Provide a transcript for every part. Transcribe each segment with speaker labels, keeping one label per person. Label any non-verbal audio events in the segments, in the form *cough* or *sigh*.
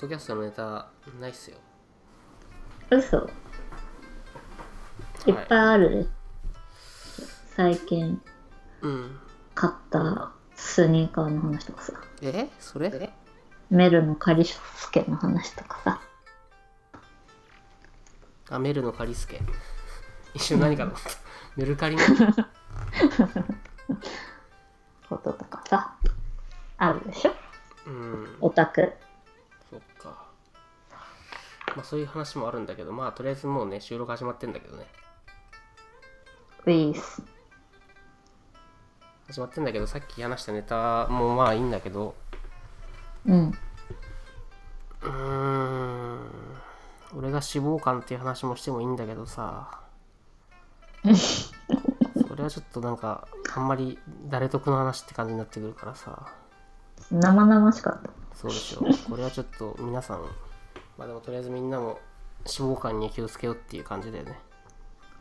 Speaker 1: ドキャストのネタないっすよ
Speaker 2: 嘘いっぱいあるで、最近
Speaker 1: うん
Speaker 2: 買ったスニーカーの話とかさ
Speaker 1: えそれ
Speaker 2: メルのカリスケの話とかさ
Speaker 1: あメルのカリスケ *laughs* 一瞬何かと思 *laughs* ったメルカリの
Speaker 2: こととかさあるでしょ
Speaker 1: うん
Speaker 2: オタク
Speaker 1: そっかまあそういう話もあるんだけどまあとりあえずもうね収録始まってんだけどね
Speaker 2: ウィース
Speaker 1: 始まってんだけどさっき話したネタもまあいいんだけど
Speaker 2: うん
Speaker 1: うーん俺が脂肪肝っていう話もしてもいいんだけど *laughs* さそれはちょっとなんかあんまり誰得の話って感じになってくるからさ
Speaker 2: 生々しかった
Speaker 1: そうですよこれはちょっと皆さんまあでもとりあえずみんなも脂肪肝に気をつけようっていう感じだよね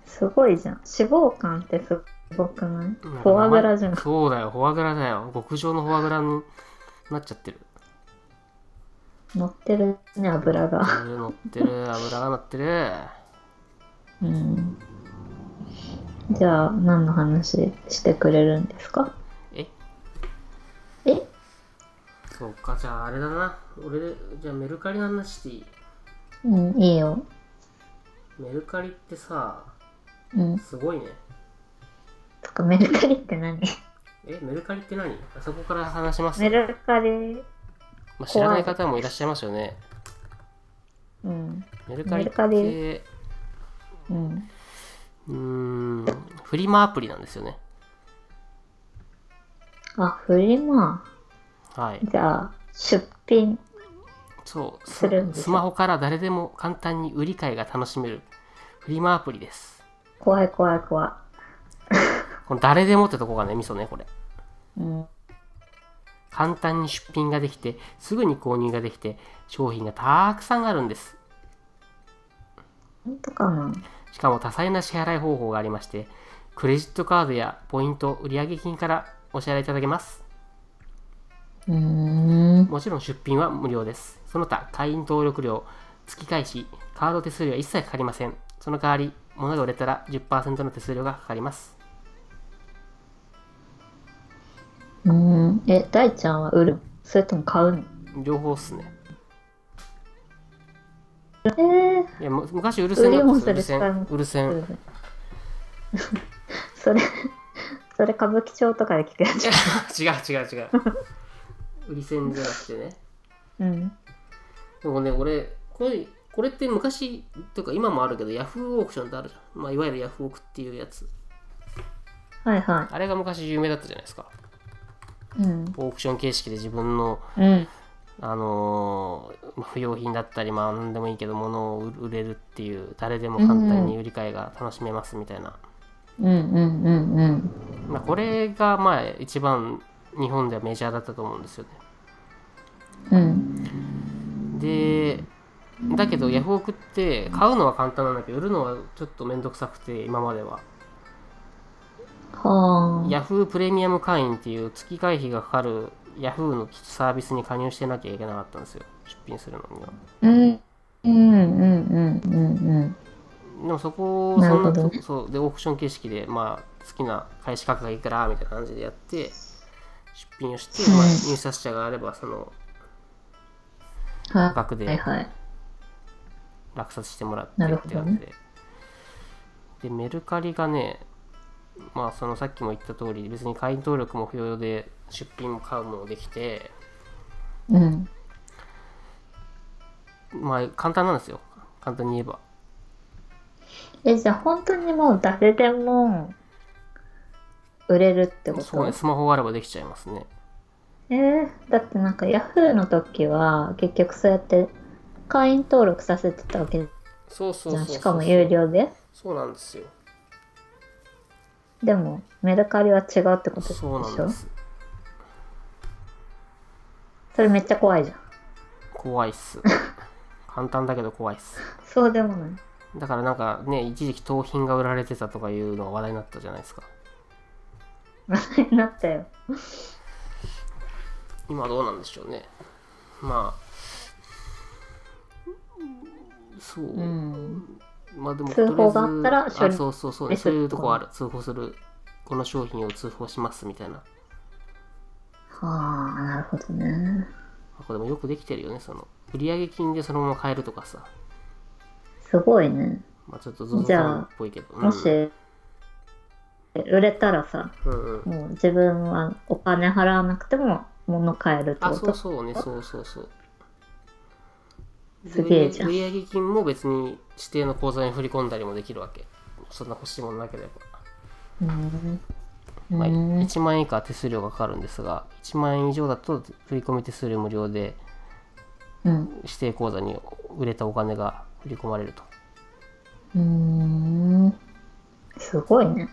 Speaker 2: すごいじゃん脂肪肝ってすごくない
Speaker 1: なんか
Speaker 2: フォアグラじゃん
Speaker 1: そうだよフォアグラだよ極上のフォアグラになっちゃってる
Speaker 2: 乗ってるね油が
Speaker 1: 乗ってる油が乗ってる
Speaker 2: うんじゃあ何の話してくれるんですか
Speaker 1: え
Speaker 2: え
Speaker 1: そうかじゃああれだな俺じゃあメルカリの話していい
Speaker 2: うんいいよ
Speaker 1: メルカリってさ
Speaker 2: うん
Speaker 1: すごいね
Speaker 2: とかメルカリって何 *laughs*
Speaker 1: えメルカリって何あそこから話します、
Speaker 2: メルカリ
Speaker 1: まあ、知らない方もいらっしゃいますよね
Speaker 2: うん
Speaker 1: メルカリっ
Speaker 2: メルカリ
Speaker 1: て
Speaker 2: うん
Speaker 1: うーんフリマアプリなんですよね
Speaker 2: あフリマ
Speaker 1: はい
Speaker 2: じゃあ出品
Speaker 1: そうス
Speaker 2: するんですよ
Speaker 1: スマホから誰でも簡単に売り買いが楽しめるフリマアプリです
Speaker 2: 怖い怖い怖
Speaker 1: この誰でもってとこがねミソねこれ
Speaker 2: いうん
Speaker 1: 簡単に出品ができてすぐに購入ができて商品がたくさんあるんです
Speaker 2: 本当かな
Speaker 1: しかも多彩な支払い方法がありましてクレジットカードやポイント売上金からお支払いいただけます
Speaker 2: うーん
Speaker 1: もちろん出品は無料ですその他会員登録料月開始カード手数料は一切かかりませんその代わり物が売れたら10%の手数料がかかります
Speaker 2: うんえ大ちゃんは売るそれとも買うの
Speaker 1: 両方っすね
Speaker 2: えー、
Speaker 1: いやむ昔うるせ
Speaker 2: 売
Speaker 1: んだ
Speaker 2: り
Speaker 1: ったん
Speaker 2: も
Speaker 1: です
Speaker 2: す
Speaker 1: ようるせん
Speaker 2: るし
Speaker 1: うるせん
Speaker 2: *laughs* それそれ歌舞伎町とかで聞くやつ
Speaker 1: *laughs* 違う違う違う売り線じゃなくてね
Speaker 2: うん
Speaker 1: でもね、俺、これ、これって昔、というか今もあるけど、ヤフーオークションってあるじゃん。まあ、いわゆるヤフオクっていうやつ。
Speaker 2: はいは
Speaker 1: あれが昔有名だったじゃないですか。
Speaker 2: いうん
Speaker 1: オークション形式で自分の、
Speaker 2: うん
Speaker 1: あのーまあ不要品だったり、まあ、何でもいいけど、物を売売れるっていう、誰でも簡単に売り買いが楽しめますみたいな。
Speaker 2: うんうんうんうん
Speaker 1: まあ、これが、まあ、一番日本ではメジャーだったと思うんですよね。
Speaker 2: うん
Speaker 1: でだけどヤフオクって買うのは簡単なんだけど売るのはちょっと面倒くさくて今までは
Speaker 2: はあ
Speaker 1: ヤフープレミアム会員っていう月会費がかかるヤフーのサービスに加入してなきゃいけなかったんですよ出品するのには
Speaker 2: うんうんうんうんうん
Speaker 1: でもそこを
Speaker 2: なる
Speaker 1: そん
Speaker 2: ほ
Speaker 1: な
Speaker 2: ど
Speaker 1: とそうでオークション形式でまあ好きな開始価格がいくらみたいな感じでやって出品をして、まあ、
Speaker 2: うん
Speaker 1: 入札者があればその価
Speaker 2: は
Speaker 1: 格
Speaker 2: い
Speaker 1: で
Speaker 2: はいはい
Speaker 1: 落札してもらって
Speaker 2: なる
Speaker 1: っ
Speaker 2: ほ
Speaker 1: て
Speaker 2: ど
Speaker 1: 感
Speaker 2: ね
Speaker 1: じで、でメルカリがねまあそのさっきも言った通り別に会員登録も不要で出品も買うもできて
Speaker 2: うん
Speaker 1: まあ簡単なんですよ簡単に言えば
Speaker 2: えじゃあ本当にもう誰でも売れるってこ
Speaker 1: そうね
Speaker 2: と
Speaker 1: スマホがあればできちゃいますね
Speaker 2: えー、だってなんかヤフーの時は結局そうやって会員登録させてたわけじ
Speaker 1: そうそうそう
Speaker 2: ゃ
Speaker 1: んそう
Speaker 2: しかも有料で
Speaker 1: そうなんですよ
Speaker 2: でもメルカリは違うってことでし
Speaker 1: そうなん
Speaker 2: ょ
Speaker 1: です
Speaker 2: それめっちゃ怖いじゃん
Speaker 1: 怖いっ *laughs* す簡単だけど怖いっす
Speaker 2: そうでもない
Speaker 1: だからなんかね一時期盗品が売られてたとかいうのが話題になったじゃないですか
Speaker 2: 話題になったよ
Speaker 1: 今どうなんでしょうねまあそう、
Speaker 2: うん。
Speaker 1: まあでも
Speaker 2: 通報があったら
Speaker 1: とりあえず
Speaker 2: 処
Speaker 1: あそ
Speaker 2: 理
Speaker 1: うそうそう、
Speaker 2: で
Speaker 1: ね、
Speaker 2: す
Speaker 1: そういうとこはある通報するこの商品を通報しますみたいな
Speaker 2: はあ、なるほどね。
Speaker 1: これもよくできてるよねその売上金でそのまま買えるとかさ
Speaker 2: すごいね。
Speaker 1: まあちょっとゾゾ
Speaker 2: じ
Speaker 1: さ
Speaker 2: ゃあ
Speaker 1: んっぽいけど
Speaker 2: もし、売れたらさ、
Speaker 1: うんうんうん、
Speaker 2: もう自分はお金払わなくても物買えるって
Speaker 1: あ
Speaker 2: こ
Speaker 1: そう
Speaker 2: と
Speaker 1: そうねそうそうそう
Speaker 2: すげえじゃん
Speaker 1: 売上金も別に指定の口座に振り込んだりもできるわけそんな欲しいものなければ、
Speaker 2: うん。
Speaker 1: まあ、
Speaker 2: うん
Speaker 1: 1万円以下は手数料がかかるんですが1万円以上だと振り込み手数料無料で
Speaker 2: うん。
Speaker 1: 指定口座に売れたお金が振り込まれると
Speaker 2: うん。すごいね。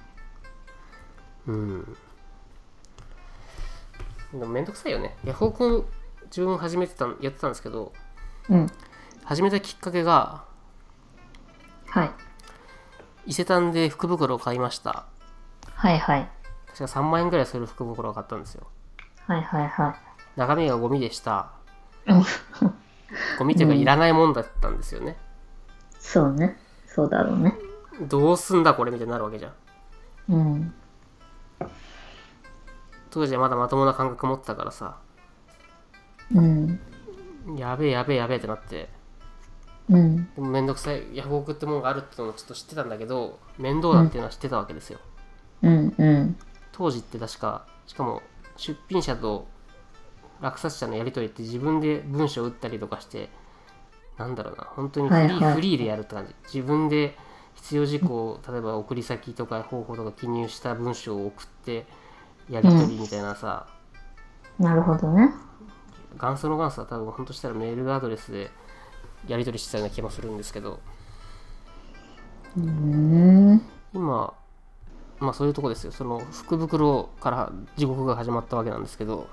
Speaker 1: うんでもめんどくさいよねヤフオク自分始めてたんやってたんですけど
Speaker 2: うん。
Speaker 1: 始めたきっかけが
Speaker 2: はい。
Speaker 1: 伊勢丹で福袋を買いました
Speaker 2: はいはい。
Speaker 1: 確か3万円ぐらいする福袋を買ったんですよ
Speaker 2: はいはいは
Speaker 1: 中身がゴミでした
Speaker 2: い。うん
Speaker 1: ゴミというか
Speaker 2: うん
Speaker 1: いらないもんだったんですよね、
Speaker 2: そうね。そうだろうね。
Speaker 1: どうすんだこれみたいになるわけじゃん
Speaker 2: うん。
Speaker 1: 当時はまだまともな感覚持ってたからさ
Speaker 2: うん。
Speaker 1: やべえやべえやべえってなって
Speaker 2: うん。
Speaker 1: でもめんどくさいヤフオクってもんがあるってのもちょっと知ってたんだけど面倒だっていうのは知ってたわけですよ、
Speaker 2: うん。うん。
Speaker 1: 当時って確かしかも出品者と落札者のやり取りって自分で文章を打ったりとかしてなんだろうな本当にフリー,、
Speaker 2: はいはい
Speaker 1: フリーでやるって感じ自分で必要事項を例えば送り先とか方法とか記入した文章を送ってやり取りみたいなさ、
Speaker 2: なるほどね。
Speaker 1: 元祖の元祖は多分本当したらメールアドレスでやり取りしてたような気もするんですけど
Speaker 2: うん。
Speaker 1: 今まあそういうとこですよその福袋から地獄が始まったわけなんですけど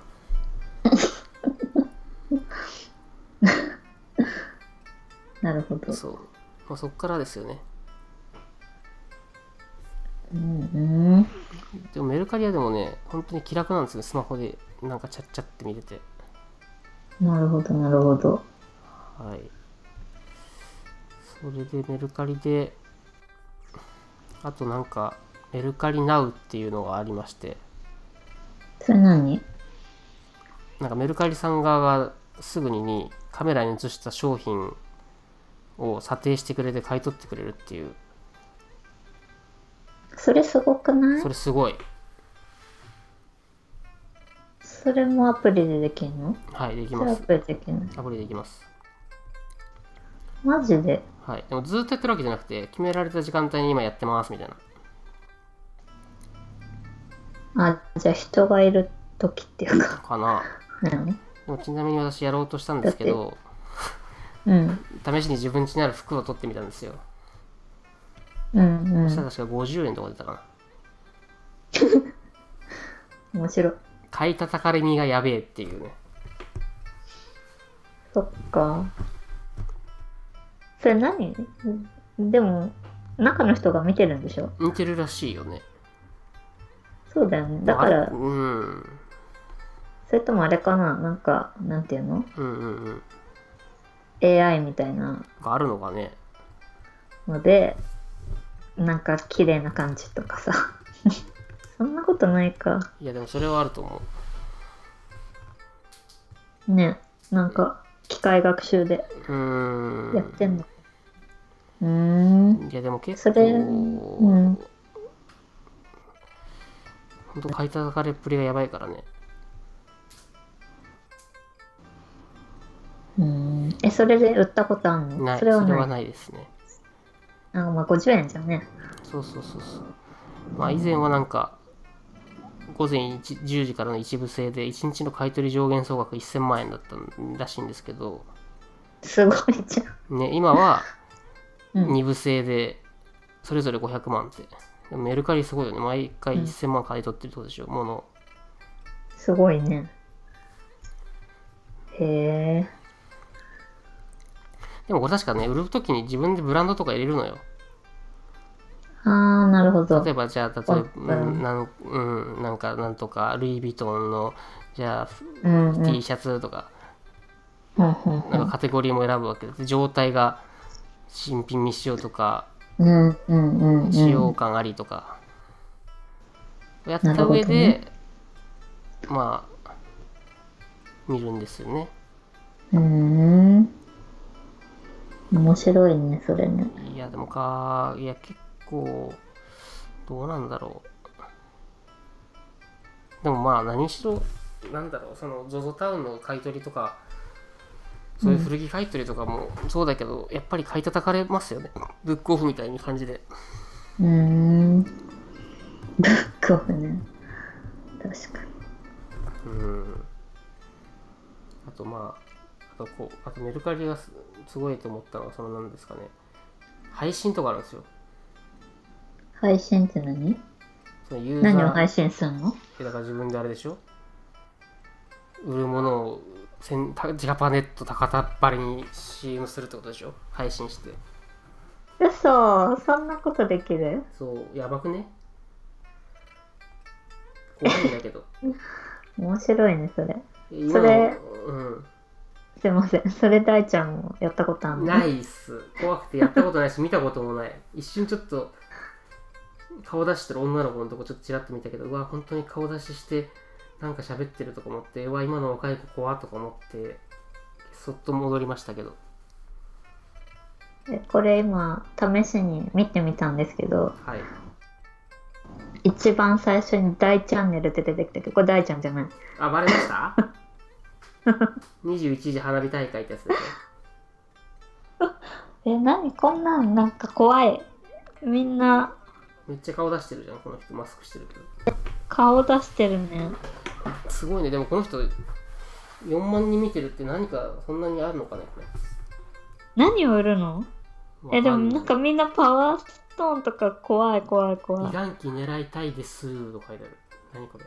Speaker 2: なるほど。
Speaker 1: そう、まあ、そっからですよね
Speaker 2: うん。
Speaker 1: でもメルカリアでもね、本当に気楽なんですよ、スマホでなんかちゃっちゃって見れて。
Speaker 2: なるほど、なるほど。
Speaker 1: はい。それでメルカリで、あとなんか、メルカリナウっていうのがありまして、
Speaker 2: それ何
Speaker 1: なんかメルカリさん側がすぐににカメラに映した商品を査定してくれて買い取ってくれるっていう、
Speaker 2: それすごくない
Speaker 1: それすごい。
Speaker 2: それもアプリでできるの
Speaker 1: はい、でき
Speaker 2: そ
Speaker 1: ま
Speaker 2: れア
Speaker 1: す。
Speaker 2: プリでできるの
Speaker 1: アプリできます。
Speaker 2: マジで
Speaker 1: はい。でもずっとやってるわけじゃなくて、決められた時間帯に今やってますみたいな。
Speaker 2: あ、じゃあ人がいる時っていうか。
Speaker 1: かな。
Speaker 2: 何
Speaker 1: でもちなみに私やろうとしたんですけど、
Speaker 2: うん。
Speaker 1: 試しに自分家にある服を取ってみたんですよ。
Speaker 2: うん
Speaker 1: そ
Speaker 2: う
Speaker 1: した
Speaker 2: ん。
Speaker 1: ら確か50円とか出たかな。
Speaker 2: 面白い。
Speaker 1: 買い叩かれ身がやべえっていうね。
Speaker 2: そっか。それ何でも、中の人が見てるんでしょ
Speaker 1: 似てるらしいよね。
Speaker 2: そうだよね。だから
Speaker 1: あれ、うん。うん
Speaker 2: それともあれかななんか、なんていうの
Speaker 1: うんうん。
Speaker 2: ?AI みたいな
Speaker 1: があるのかね。
Speaker 2: ので、なんか綺麗な感じとかさ。 *laughs* そんなことないか。
Speaker 1: いやでもそれはあると思う。
Speaker 2: ね。なんか、機械学習で
Speaker 1: うーん。
Speaker 2: やってんの。うーん。
Speaker 1: いやでも結
Speaker 2: そ
Speaker 1: 構、
Speaker 2: れうん
Speaker 1: ほんと買い叩かれっぷりがやばいからね。
Speaker 2: うーんえ、それで売ったことあんの
Speaker 1: ない。
Speaker 2: そ
Speaker 1: そ
Speaker 2: れ
Speaker 1: れ
Speaker 2: は
Speaker 1: は
Speaker 2: ない。
Speaker 1: ないですね。
Speaker 2: あ、まあ50円じゃね。
Speaker 1: そうそうそうそう。まあ以前はなんか、午前1 10時からの一部制で、1日の買い取り上限総額1000万円だったらしいんですけど、
Speaker 2: すごいじゃん。
Speaker 1: ね、今は
Speaker 2: うん
Speaker 1: 2部制で、それぞれ500万って。でもメルカリすごいよね。毎回
Speaker 2: うん
Speaker 1: 1000万買い取ってるってことでしょ、もの。
Speaker 2: すごいね。へえ。
Speaker 1: でもこれ確かね、売るときに自分でブランドとか入れるのよ。
Speaker 2: あー、なるほど
Speaker 1: 例。えばじゃあ、例えば、
Speaker 2: う
Speaker 1: うんんなんうん、なんか、なんとか、ルイ・ヴィトンの、じゃあ、
Speaker 2: うんうん。
Speaker 1: T シャツとか、
Speaker 2: うんうんう
Speaker 1: なんか
Speaker 2: ん
Speaker 1: カテゴリーも選ぶわけで、状態が新品未使用とか、
Speaker 2: うんうんうん、うん、
Speaker 1: 使用感ありとか、やった
Speaker 2: なるほど
Speaker 1: 上で、
Speaker 2: ね
Speaker 1: まあ、見るんですよね。
Speaker 2: うーん面白いねそれね
Speaker 1: いや、でもか、いや、結構、どうなんだろう。でもまあ、何しろ、なんだろう、その、ZOZO タウンの買い取りとか、そういう古着買い取りとかもそうだけど、やっぱり買い叩かれますよね。ブックオフみたいな感じで。
Speaker 2: うーんブックオフね確かに
Speaker 1: うん。あとまあ、あとこう、あとメルカリがすすごいと思ったのは、そのなんですかね、配信とかあるんですよ。
Speaker 2: 配信って何
Speaker 1: そのユーザー
Speaker 2: 何を配信するの
Speaker 1: だから自分であれでしょ売るものをせんたジラパネット高田っ張りに CM するってことでしょ配信して
Speaker 2: 嘘そんなことできる
Speaker 1: そうやばくね怖いんだけ
Speaker 2: *laughs*
Speaker 1: ど
Speaker 2: 面白いねそれ
Speaker 1: 今の
Speaker 2: それ
Speaker 1: うん
Speaker 2: すいませんそれ大ちゃんもやったことあるの
Speaker 1: ないっす怖くてやったことないし見たこともない一瞬ちょっと顔出してる女の子のとこちょっとちらっと見たけどうわ本当に顔出ししてなんか喋ってるとか思ってうわ今の若い子怖っとか思ってそっと戻りましたけど
Speaker 2: えこれ今試しに見てみたんですけど
Speaker 1: はい
Speaker 2: 一番最初に大チャンネルって出てきたけどこれ大ちゃんじゃない
Speaker 1: あ、バレました
Speaker 2: *laughs*
Speaker 1: ?21 時花火大会ってやつですね。
Speaker 2: え何こんなんなんか怖いみんな
Speaker 1: めっちゃ顔出してるじゃん、この人。マスクしてるけど。
Speaker 2: 顔出してるね
Speaker 1: すごいね、でもこの人、4万人見てるって何かそんなにあるのかね、これ。
Speaker 2: 何を売るの
Speaker 1: わか
Speaker 2: えでも
Speaker 1: い
Speaker 2: なんかみんなパワーストーンとか怖い怖い怖
Speaker 1: 二
Speaker 2: い
Speaker 1: 段期狙いたいですと書いてある。何これ。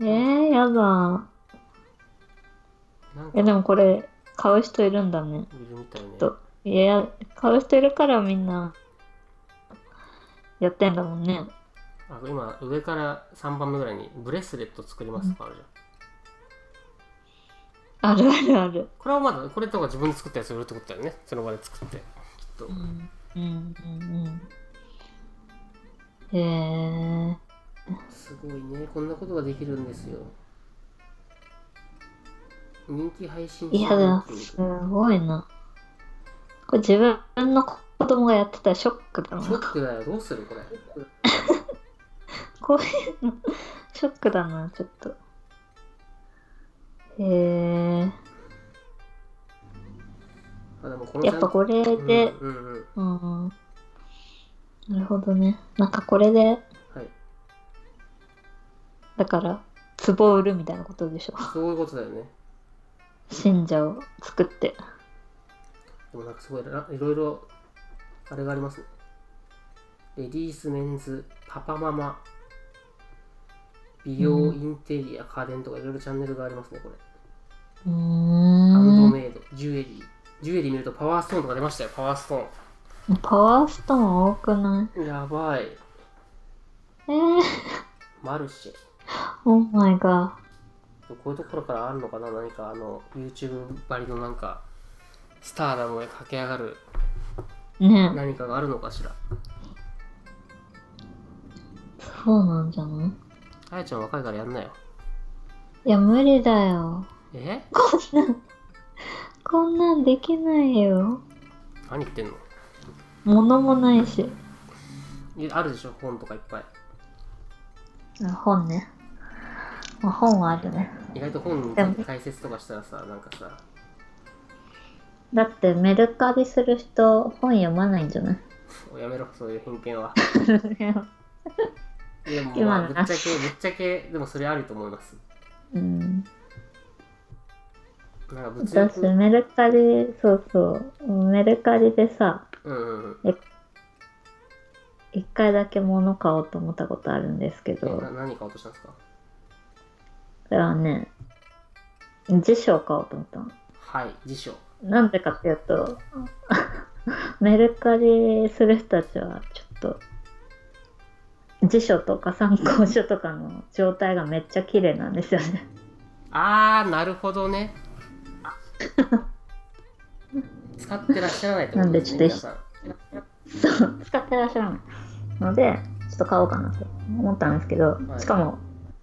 Speaker 2: えー、やだ
Speaker 1: なんか
Speaker 2: えでもこれ買う人いるんだね
Speaker 1: いるみたいね。
Speaker 2: といや買う人いるからみんなやってんだもんね
Speaker 1: あ今、上から3番目ぐらいにブレスレット作りますとかあるじゃん。
Speaker 2: あるあるある
Speaker 1: これはまだ、これとか自分で作ったやつ売るってことだよね。その場で作って。きっと。
Speaker 2: うんうんうんうんへえ
Speaker 1: すごいね、こんなことができるんですよ。人気配信
Speaker 2: いやだすごいなこれ自分の子供がやってたらショックだな
Speaker 1: ショックだよ、どうするこれ。
Speaker 2: こういうのショックだなちょっとへえ
Speaker 1: あでもこの
Speaker 2: やっぱこれ
Speaker 1: れ
Speaker 2: で
Speaker 1: うんうんうん、
Speaker 2: うん、なるほどねなんかこれで
Speaker 1: はい。
Speaker 2: だから壺を売るみたいなことでしょ
Speaker 1: そういうことだよね。
Speaker 2: 信者を作って
Speaker 1: でもなんかすごいら、いろいろ、あれがありますね。レディース、メンズ、パパママ、美容、
Speaker 2: うん
Speaker 1: インテリア、家電とかいろいろチャンネルがありますね、これ。
Speaker 2: う
Speaker 1: ハ
Speaker 2: ー
Speaker 1: ンド
Speaker 2: ん
Speaker 1: メイド、ジュエリー。ジュエリー見るとパワーストーンとか出ましたよ、パワースト
Speaker 2: パワーストーン多くない
Speaker 1: ーン。やばい。
Speaker 2: えー、
Speaker 1: マルシェ。
Speaker 2: オーマイガ
Speaker 1: こういうところからあるのかな何かあの YouTube ばりのなんかスターダムへ駆け上がる
Speaker 2: ーね
Speaker 1: 何かがあるのかしら
Speaker 2: そうなんじゃない
Speaker 1: あやちゃん若いからやんなよ
Speaker 2: いや無理だよ
Speaker 1: え
Speaker 2: こんなんできないよ
Speaker 1: 何言ってんの
Speaker 2: 物もないし
Speaker 1: いあるでしょ本とかいっぱい
Speaker 2: あ本ねまあ本はあるね
Speaker 1: 意外と本について解説とかしたらさなんかさ
Speaker 2: だってメルカリする人本読まないんじゃない *laughs*
Speaker 1: やめろそういう偏見はでもま
Speaker 2: 今
Speaker 1: あ
Speaker 2: の
Speaker 1: ぶっちゃけぶっちゃけでもそれあると思います
Speaker 2: うん
Speaker 1: なんか物
Speaker 2: 私
Speaker 1: 欲
Speaker 2: メルカリそうそうメルカリでさ
Speaker 1: うんうんうん
Speaker 2: 一回だけ物買おうと思ったことあるんですけ
Speaker 1: え
Speaker 2: ど
Speaker 1: な何買おうとしたんですか
Speaker 2: それはね辞書を買おうと思ったの
Speaker 1: はい辞書
Speaker 2: なんでかっていうと *laughs* メルカリする人たちはちょっと辞書とか参考書とかの状態がめっちゃ綺麗なんですよね。 *laughs*
Speaker 1: あーなるほどね使ってらっしゃらないってことですね、
Speaker 2: なんで
Speaker 1: 皆
Speaker 2: ち
Speaker 1: さん。
Speaker 2: *laughs* そう使ってらっしゃらないのでちょっと買おうかなと思ったんですけど、
Speaker 1: はい
Speaker 2: しかも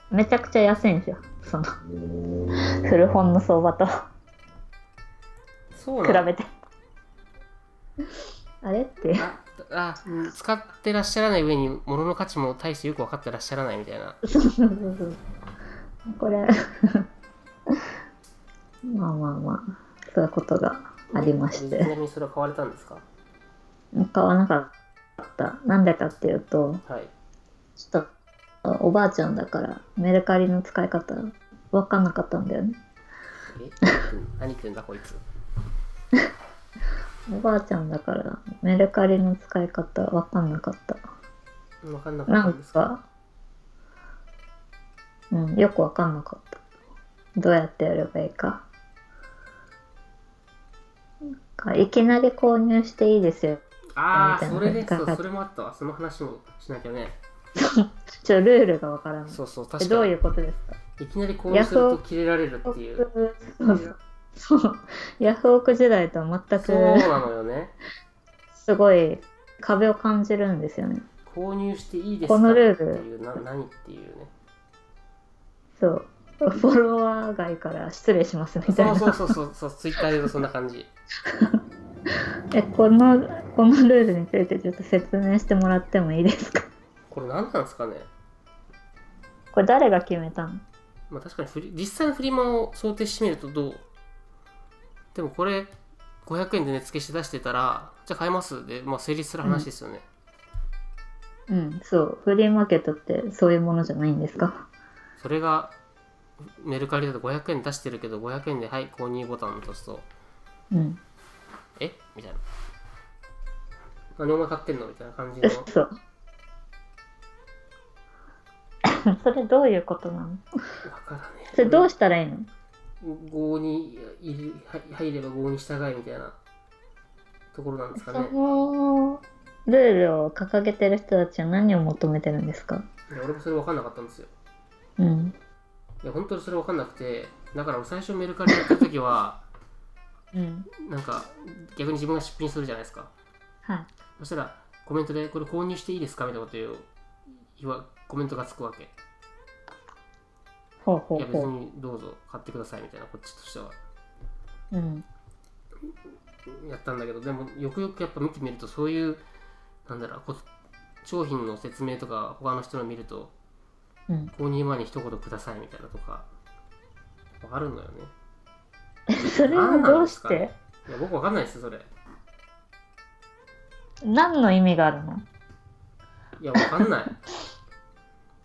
Speaker 2: めちゃくちゃ安いんですよその古本の相場と
Speaker 1: そう
Speaker 2: 比
Speaker 1: なんだ
Speaker 2: べてあれっていう
Speaker 1: ああうん使ってらっしゃらない上に物の価値も大してよく分かってらっしゃらないみたいな
Speaker 2: そうそうそうそうこれ *laughs* まあまあまあそういうことがありまし
Speaker 1: ちな
Speaker 2: て
Speaker 1: みにそれは買われたんですか
Speaker 2: 買わなかったなんでかっていうと
Speaker 1: はい
Speaker 2: ちょっとおばあちゃんだからメルカリの使い方分かんなかったんだよね *laughs*
Speaker 1: え何くんだこいつ
Speaker 2: おばあちゃんだからメルカリの使い方わかんなかった
Speaker 1: 分かんなかっ
Speaker 2: な
Speaker 1: た
Speaker 2: ん
Speaker 1: んですか
Speaker 2: かうんよくわかんなかったどうやってやればいいかなんかいきなり購入していいですよ
Speaker 1: ああ
Speaker 2: み
Speaker 1: そ
Speaker 2: た
Speaker 1: れ
Speaker 2: いな
Speaker 1: でそう
Speaker 2: 考え
Speaker 1: それもあったわその話もしなきゃね
Speaker 2: ちょっとルールがわからない
Speaker 1: そうそう
Speaker 2: え
Speaker 1: 確
Speaker 2: ど
Speaker 1: か
Speaker 2: うい
Speaker 1: に
Speaker 2: うことですか
Speaker 1: いきなりこうすると切れられるっていう
Speaker 2: そうそうヤフオク時代とは全
Speaker 1: そうなの
Speaker 2: く
Speaker 1: よね
Speaker 2: すごい壁を感じるんですよね
Speaker 1: 購入していいですか
Speaker 2: このルール
Speaker 1: っていうな何っていうね
Speaker 2: そうフォロワー外から失礼しますみたい
Speaker 1: そ
Speaker 2: な
Speaker 1: うそうそうそうそうツイッターで言うとそんな感じ
Speaker 2: えこのこのルールについてちょっと説明してもらってもいいですか
Speaker 1: これ何なんですかね
Speaker 2: これ誰が決めたの
Speaker 1: まあ確かにフリ実際のフリマを想定してみるとどうでもこれ500円で値付けして出してたらじゃあ買えますで、まあ、成立する話ですよね、
Speaker 2: うんそうフリーマーケットってそういうものじゃないんですか
Speaker 1: それがメルカリだと500円出してるけど500円ではい購入ボタンを押すと
Speaker 2: うん
Speaker 1: えみたいな何お前買ってんのみたいな感じ
Speaker 2: う *coughs*
Speaker 1: の
Speaker 2: そそれどういうことなの
Speaker 1: 分からね
Speaker 2: それどう
Speaker 1: し
Speaker 2: したらいいの
Speaker 1: 合にいるは入れば合に従いみたいなところなんですか
Speaker 2: そ
Speaker 1: ね
Speaker 2: のルールを掲げてる人たちは何を求めてるんですか
Speaker 1: いや俺もそれ分かんなかったんですよ
Speaker 2: うん
Speaker 1: いや本当にそれ分かんなくてだから俺最初メルカリやった時は
Speaker 2: うん
Speaker 1: なんか逆に自分が出品するじゃないですか
Speaker 2: はい
Speaker 1: そしたらコメントでこれ購入していいですかみたいなことを言わコメントがつくわけい
Speaker 2: ほうほう
Speaker 1: や別
Speaker 2: ほ
Speaker 1: にどうぞ買ってくださいみたいなこっちとしては
Speaker 2: ううん
Speaker 1: やったんだけどでもよくよくやっぱ見てみるとそういうなんだろうこ商品の説明とか他の人の見ると
Speaker 2: うん
Speaker 1: 購入前に一言くださいみたいなとかあるのよね
Speaker 2: *laughs* それはどうし
Speaker 1: 何なん
Speaker 2: て
Speaker 1: いや僕分かんないですよそれ
Speaker 2: 何の意味があるの
Speaker 1: いや分かん
Speaker 2: *laughs*
Speaker 1: ない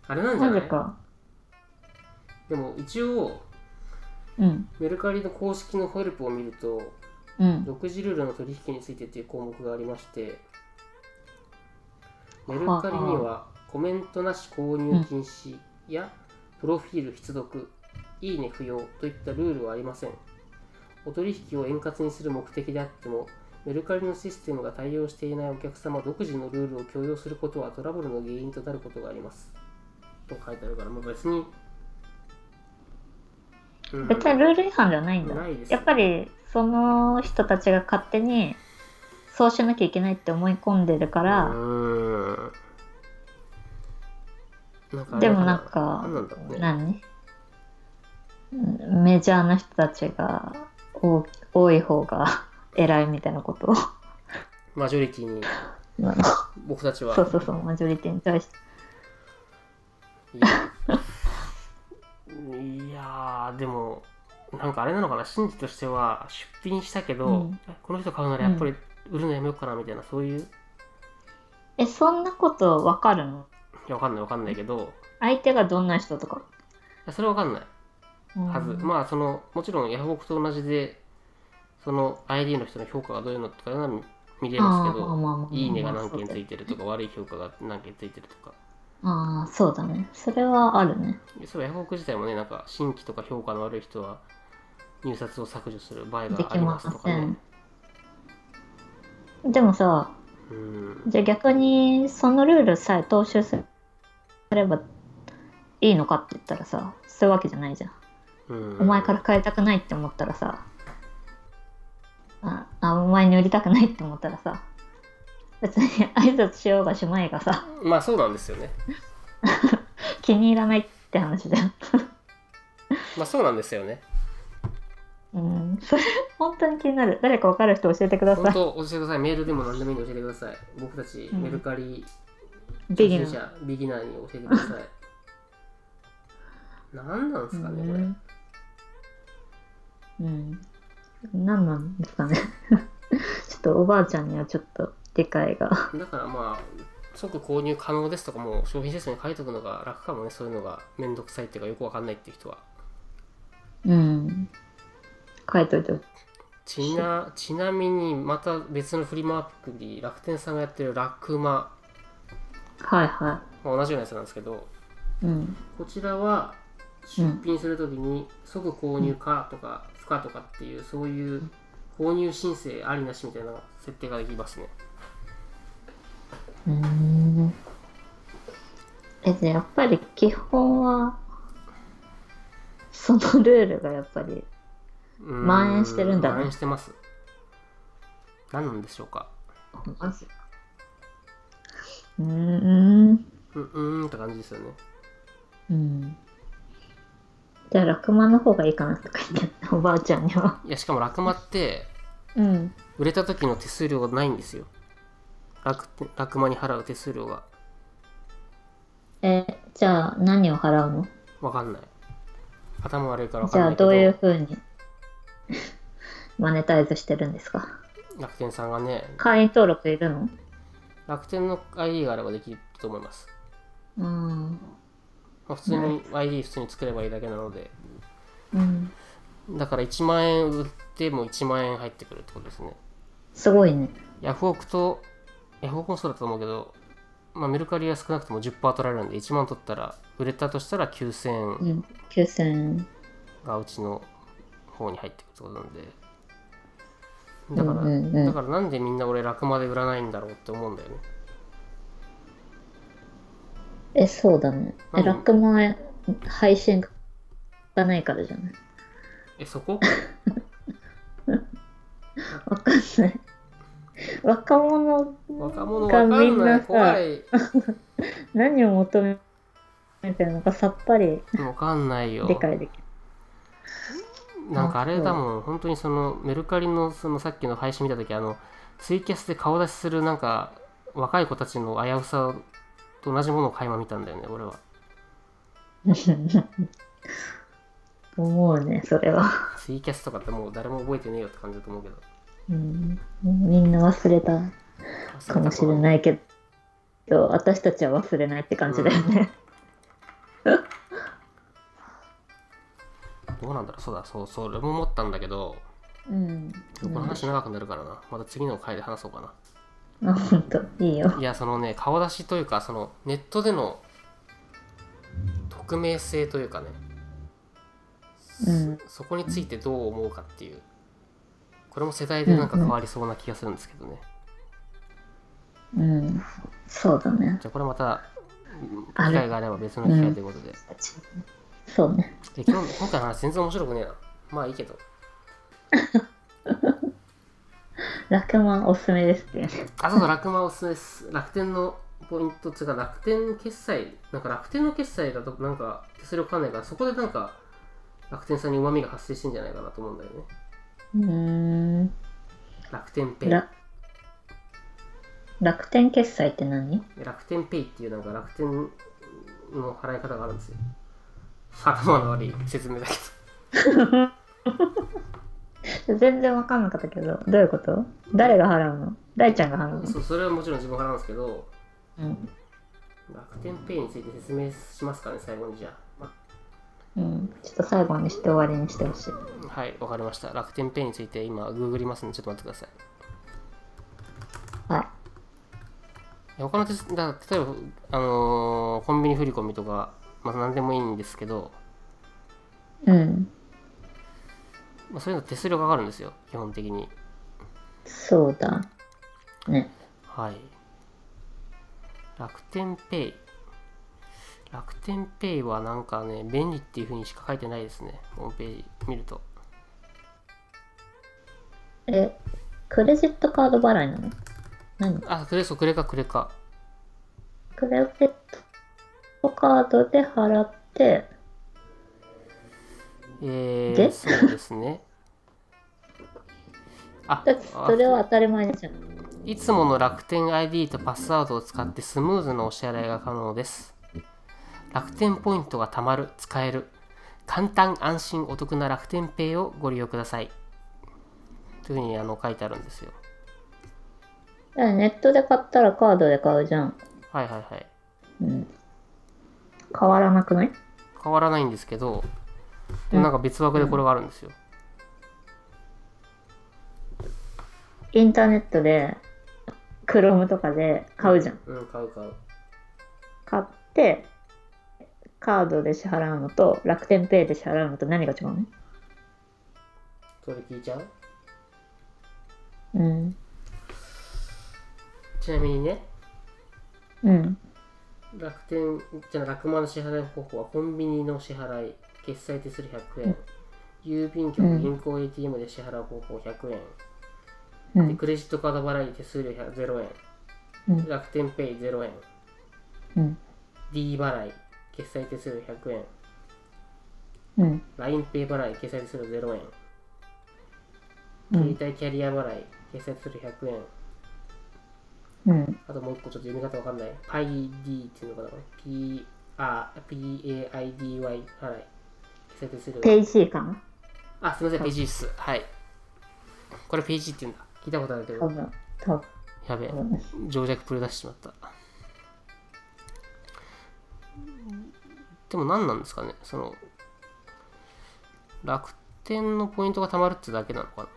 Speaker 1: あれなんじゃ
Speaker 2: な
Speaker 1: な
Speaker 2: ぜ
Speaker 1: い
Speaker 2: か
Speaker 1: でも一応
Speaker 2: うん
Speaker 1: メルカリの公式のヘルプを見ると
Speaker 2: うん
Speaker 1: 独自ルールの取引についてという項目がありましてメルカリにはコメントなし購入禁止やプロフィール必読いいね不要といったルールはありませんお取引を円滑にする目的であってもメルカリのシステムが対応していないお客様独自のルールを強要することはトラブルの原因となることがありますと書いてあるからもう別に、うん
Speaker 2: 別にルール違反じゃないんだ
Speaker 1: ないです
Speaker 2: やっぱりその人たちが勝手にそうしなきゃいけないって思い込んでるから、
Speaker 1: うーんなんかあれ
Speaker 2: でもなん
Speaker 1: な
Speaker 2: か
Speaker 1: んなんだろうね
Speaker 2: 何うんメジャーな人たちが多多い方が *laughs* 偉いみたいなことを
Speaker 1: マジョリティに
Speaker 2: 今の
Speaker 1: 僕たちは
Speaker 2: そうそうそうマジョリティに対して
Speaker 1: いやいやーでもなんかあれなのかな真理としては出品したけど、
Speaker 2: うん
Speaker 1: この人買うならやっぱり売るのやめようかなみたいなそういうい
Speaker 2: えそんなことわかるの
Speaker 1: やわかんないわかんないけど
Speaker 2: 相手がどんな人とか、
Speaker 1: いやそれはわかんないはず、
Speaker 2: うん
Speaker 1: まあそのもちろんヤフオクと同じでその ID の人の評価がどういうのとかいうのは見れますけ
Speaker 2: あーま
Speaker 1: ど
Speaker 2: あまあまあ
Speaker 1: いいねが何
Speaker 2: ま
Speaker 1: 件
Speaker 2: あ
Speaker 1: ついてるとか悪い評価が何件ついてるとか
Speaker 2: ああそうだねそれはあるね
Speaker 1: そうヤフオク自体もねなんか新規とか評価の悪い人は入札を削除する場合が
Speaker 2: で
Speaker 1: あり
Speaker 2: き
Speaker 1: ま
Speaker 2: ます
Speaker 1: とか
Speaker 2: せ
Speaker 1: ね
Speaker 2: ん。でもさ
Speaker 1: うん
Speaker 2: じゃあ逆にそのルールさえ踏襲すればいいのかって言ったらさそういうわけじゃないじゃん、
Speaker 1: うん
Speaker 2: お前から変えたくないって思ったらさああお前に寄りたくないって思ったらさ別に挨拶しようがしまいがさ *laughs*
Speaker 1: まあそうなんですよね
Speaker 2: 気に入らないって話じゃん
Speaker 1: まあそうなんですよね
Speaker 2: うんそれ本当に気になる誰か分かる人教えてくださ
Speaker 1: 本
Speaker 2: い
Speaker 1: 当教えてくださいメールでも何でもいいんで教えてください僕たち
Speaker 2: うん
Speaker 1: メルカリ
Speaker 2: ビギナ
Speaker 1: 初心
Speaker 2: ー
Speaker 1: 者ビギナーに教えてください何なんですかねこれ
Speaker 2: うん、うん、何なんですかね *laughs* ちょっとおばあちゃんにはちょっと理解が
Speaker 1: だからまあ即購入可能ですとかもう商品説明に書いとくのが楽かもねそういうのがめんどくさいっていうかよくわかんないっていう人は
Speaker 2: うん書いといてほし
Speaker 1: ち
Speaker 2: い
Speaker 1: なちなみにまた別のフリマアプリ楽天さんがやってるラクマ、
Speaker 2: はいは
Speaker 1: まあ、同じようなやつなんですけど
Speaker 2: いうん
Speaker 1: こちらは出品するときに即購入かとか不可とかっていうそういう購入申請ありなしみたいな設定ができますね
Speaker 2: うーんえでやっぱり基本はそのルールがやっぱり
Speaker 1: うー
Speaker 2: 蔓延してるんだね
Speaker 1: 蔓延してます何なんでしょうか
Speaker 2: うーん
Speaker 1: うんうーんって感じですよね
Speaker 2: うんじゃあ落馬の方がいいかなとか言っておばあちゃんにはい
Speaker 1: やしかもラクマって
Speaker 2: うん
Speaker 1: 売れた時の手数料がないんですよ楽楽マに払う手数料が
Speaker 2: えじゃあ何を払うの
Speaker 1: わかんない頭悪いからわ
Speaker 2: じ
Speaker 1: かん
Speaker 2: ゃ
Speaker 1: な
Speaker 2: あ
Speaker 1: いけど
Speaker 2: どういうふうに *laughs* マネタイズしてるんですか
Speaker 1: 楽天さんがね
Speaker 2: 会員登録いるの
Speaker 1: 楽天の ID があればできると思います、
Speaker 2: うん
Speaker 1: まあ、普通に ID 普通に作ればいいだけなので
Speaker 2: うん
Speaker 1: だから1万円売っても1万円入ってくるってことですね
Speaker 2: すごいね
Speaker 1: ヤフオクとヤフオクもそうだと思うけど、まあ、メルカリは少なくとも10%取られるんで1万取ったら売れたとしたら9000
Speaker 2: う
Speaker 1: 円
Speaker 2: ん9000円
Speaker 1: がうちの方に入ってくるってことなんでだから、
Speaker 2: うんうんうん
Speaker 1: だからなんでみんな俺楽まで売らないんだろうって思うんだよね
Speaker 2: え、そうだね。
Speaker 1: う
Speaker 2: え、
Speaker 1: ん
Speaker 2: ラックマ配信がないからじゃない
Speaker 1: えそこ
Speaker 2: わかんない。若者
Speaker 1: 若者わか
Speaker 2: がみ
Speaker 1: ん
Speaker 2: ん
Speaker 1: な
Speaker 2: ない
Speaker 1: 怖
Speaker 2: さ、
Speaker 1: い
Speaker 2: 何を求めてるのかさっぱり
Speaker 1: わかんないよ
Speaker 2: 理解 *laughs* でき
Speaker 1: なんかあれだもん、本当にそのメルカリのそのさっきの配信見たとき、あのツイキャスで顔出しするなんか若い子たちの危うさと同じものを垣間見たんだよね、俺は。
Speaker 2: ない。 *laughs* 思うね、それは。
Speaker 1: ツイキャスとかってもう誰も覚えてねえよって感じだと思うけど。
Speaker 2: うん、みんな忘れたかもしれ
Speaker 1: い。
Speaker 2: ないけど、私たちは忘れないって感じだよね。
Speaker 1: どうなんだろう、そうだ、そう、そう俺も思ったんだけど、
Speaker 2: うん。
Speaker 1: この話長くなるからな、また次の回で話そうかな。
Speaker 2: あ、ほんと、いいよ。
Speaker 1: いや、そのね、顔出しというか、そのネットでの匿名性というかね、
Speaker 2: うん。
Speaker 1: そこについてどう思うかっていうこれも世代でなんか変わりそうな気がするんですけどね、
Speaker 2: うん。そうだね。
Speaker 1: じゃあこれまたうん機
Speaker 2: あれ
Speaker 1: 会があれば別の機会ということで、
Speaker 2: そうね。
Speaker 1: え今日今回の話全然面白くねえなまあいいけど
Speaker 2: 楽マおすすめですっていうね。
Speaker 1: あそうそう楽マおすすめです楽天のポイントつうか楽天決済なんか楽天の決済だとなんか手数料かかんないからそこでなんか楽天さんにうまみが発生してんじゃないかなと思うんだよね
Speaker 2: うーん。
Speaker 1: 楽天ペイ
Speaker 2: ら楽天決済って何
Speaker 1: 楽天ペイっていうなんか楽天の払い方があるんですよ頭の悪い説明だけど
Speaker 2: 全然わかんなかったけど、どういうこと誰が払うの大ちゃんが払うの
Speaker 1: そうそれはもちろん自分払うんですけど
Speaker 2: うん。
Speaker 1: 楽天ペイについて説明しますかね最後にじゃあ、ま
Speaker 2: うん。ちょっと最後にして終わりにしてほしい。
Speaker 1: はいわかりました楽天ペイについて今ググりますんでちょっと待ってください
Speaker 2: はい
Speaker 1: や他の手数だ例えば、あのーコンビニ振り込みとか、まあ、何でもいいんですけど、
Speaker 2: い。うん。
Speaker 1: まあ、そういうの手数料かかるんですよ基本的に
Speaker 2: そうだ。ね。
Speaker 1: はい楽天ペイ楽天ペイはなんかね便利っていうふうにしか書いてないですねホームページ見ると
Speaker 2: え、クレジットカード払いなの何
Speaker 1: あクレソクレかクレか
Speaker 2: クレジットカードで払って、
Speaker 1: えー、
Speaker 2: で
Speaker 1: そうですねあ
Speaker 2: だってそれは当たり前じゃん。
Speaker 1: いつもの楽天 ID とパスワードを使ってスムーズなお支払いが可能です。楽天ポイントが貯まる、使える。簡単、安心、お得な楽天ペイをご利用ください。というふうにあの書いてあるんですよ。
Speaker 2: だからネットで買ったらカードで買うじゃん。
Speaker 1: はいはいはい。
Speaker 2: うん。変わらなくない
Speaker 1: 変わらないんですけど、でもなんか別枠でこれがあるんですよ。
Speaker 2: インターネットで、クロームとかで買うじゃん。
Speaker 1: うん、買う買う。
Speaker 2: 買って、カードで支払うのと楽天ペイで支払うのと何が違うの
Speaker 1: それ聞いちゃう
Speaker 2: うん。
Speaker 1: ちなみにね、
Speaker 2: うん。
Speaker 1: 楽天じゃあ楽マの支払い方法はコンビニの支払い決済手数料100円、郵便局
Speaker 2: うん
Speaker 1: 銀行 ATM で支払う方法100円、
Speaker 2: う
Speaker 1: で
Speaker 2: ん。
Speaker 1: クレジットカード払い手数料100 0円、
Speaker 2: うん
Speaker 1: 楽天ペイ0円
Speaker 2: うん。
Speaker 1: D 払い決済手数料100円
Speaker 2: うん。
Speaker 1: LINEPay 払い決済手数料0円、
Speaker 2: うん。
Speaker 1: 携帯キャリア払い決済手数料100円
Speaker 2: うん。
Speaker 1: あともう一個ちょっと読み方わかんない PID っていうのかな P R PAIDY 払い決済手数料
Speaker 2: ペイシーかな
Speaker 1: あ、すみません、ページっす。はい。これページって言うんだ。聞いたことあるけ
Speaker 2: 多
Speaker 1: ど、
Speaker 2: 分。多
Speaker 1: やべえ、
Speaker 2: 分。
Speaker 1: 情弱プル出してしまった。でも何なんですかね、その、楽天のポイントが貯まるってだけなのか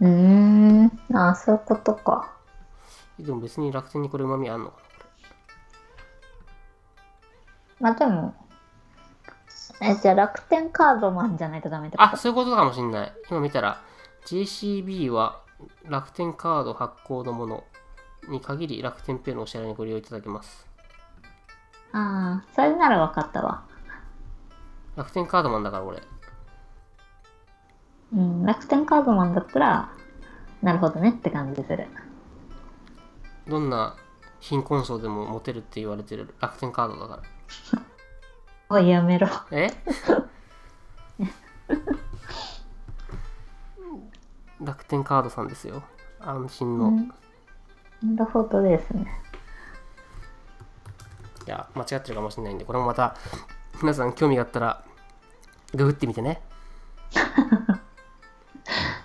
Speaker 1: な。
Speaker 2: うーん。あ、そういうことか。
Speaker 1: でも別に楽天にこれうまみあんのか
Speaker 2: まあでも、え、じゃあ楽天カードマンじゃないとダメってこ
Speaker 1: な。あ、
Speaker 2: と
Speaker 1: そういうことかもしんない。今見たら、JCB は楽天カード発行のものに限り楽天ペイのお支払いにご利用いただけます。
Speaker 2: ああ、それなら分かったわ。
Speaker 1: 楽天カードマンだから俺。
Speaker 2: うん、楽天カードマンだったら、なるほどねって感じする。 *laughs*
Speaker 1: どんな貧困層でもモテるって言われてる楽天カードだか
Speaker 2: おい、やめろ。
Speaker 1: ら。え *laughs* 楽天カードさんですよ。安心の。
Speaker 2: う
Speaker 1: い
Speaker 2: んなるほどですね。
Speaker 1: や、間違ってるかもしれないんで、これもまた、皆さん興味があったら、ググってみてね。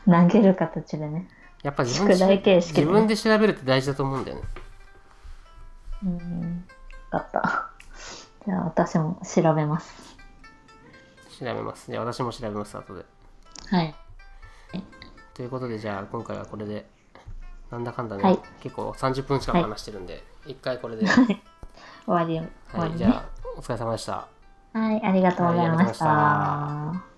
Speaker 2: 投げる形でね。
Speaker 1: やっぱ自分で
Speaker 2: 宿題形式で
Speaker 1: 自
Speaker 2: ね
Speaker 1: 分で調べるって大事だと思うんだよね。
Speaker 2: うん、分かった。じゃあ私も調べます。
Speaker 1: 調べます。じゃあ私も調べます、後で。
Speaker 2: はい。
Speaker 1: ということで、じゃあ今回はこれで、なんだかんだね、
Speaker 2: はい
Speaker 1: 結構30分近く話してるんで、一回これ
Speaker 2: *laughs*
Speaker 1: で。
Speaker 2: 終わり、終わ
Speaker 1: はい、
Speaker 2: り
Speaker 1: じ
Speaker 2: ね。
Speaker 1: ゃあ、お疲れ様でした。
Speaker 2: はい、ありがとうございました。
Speaker 1: はいありがとうございま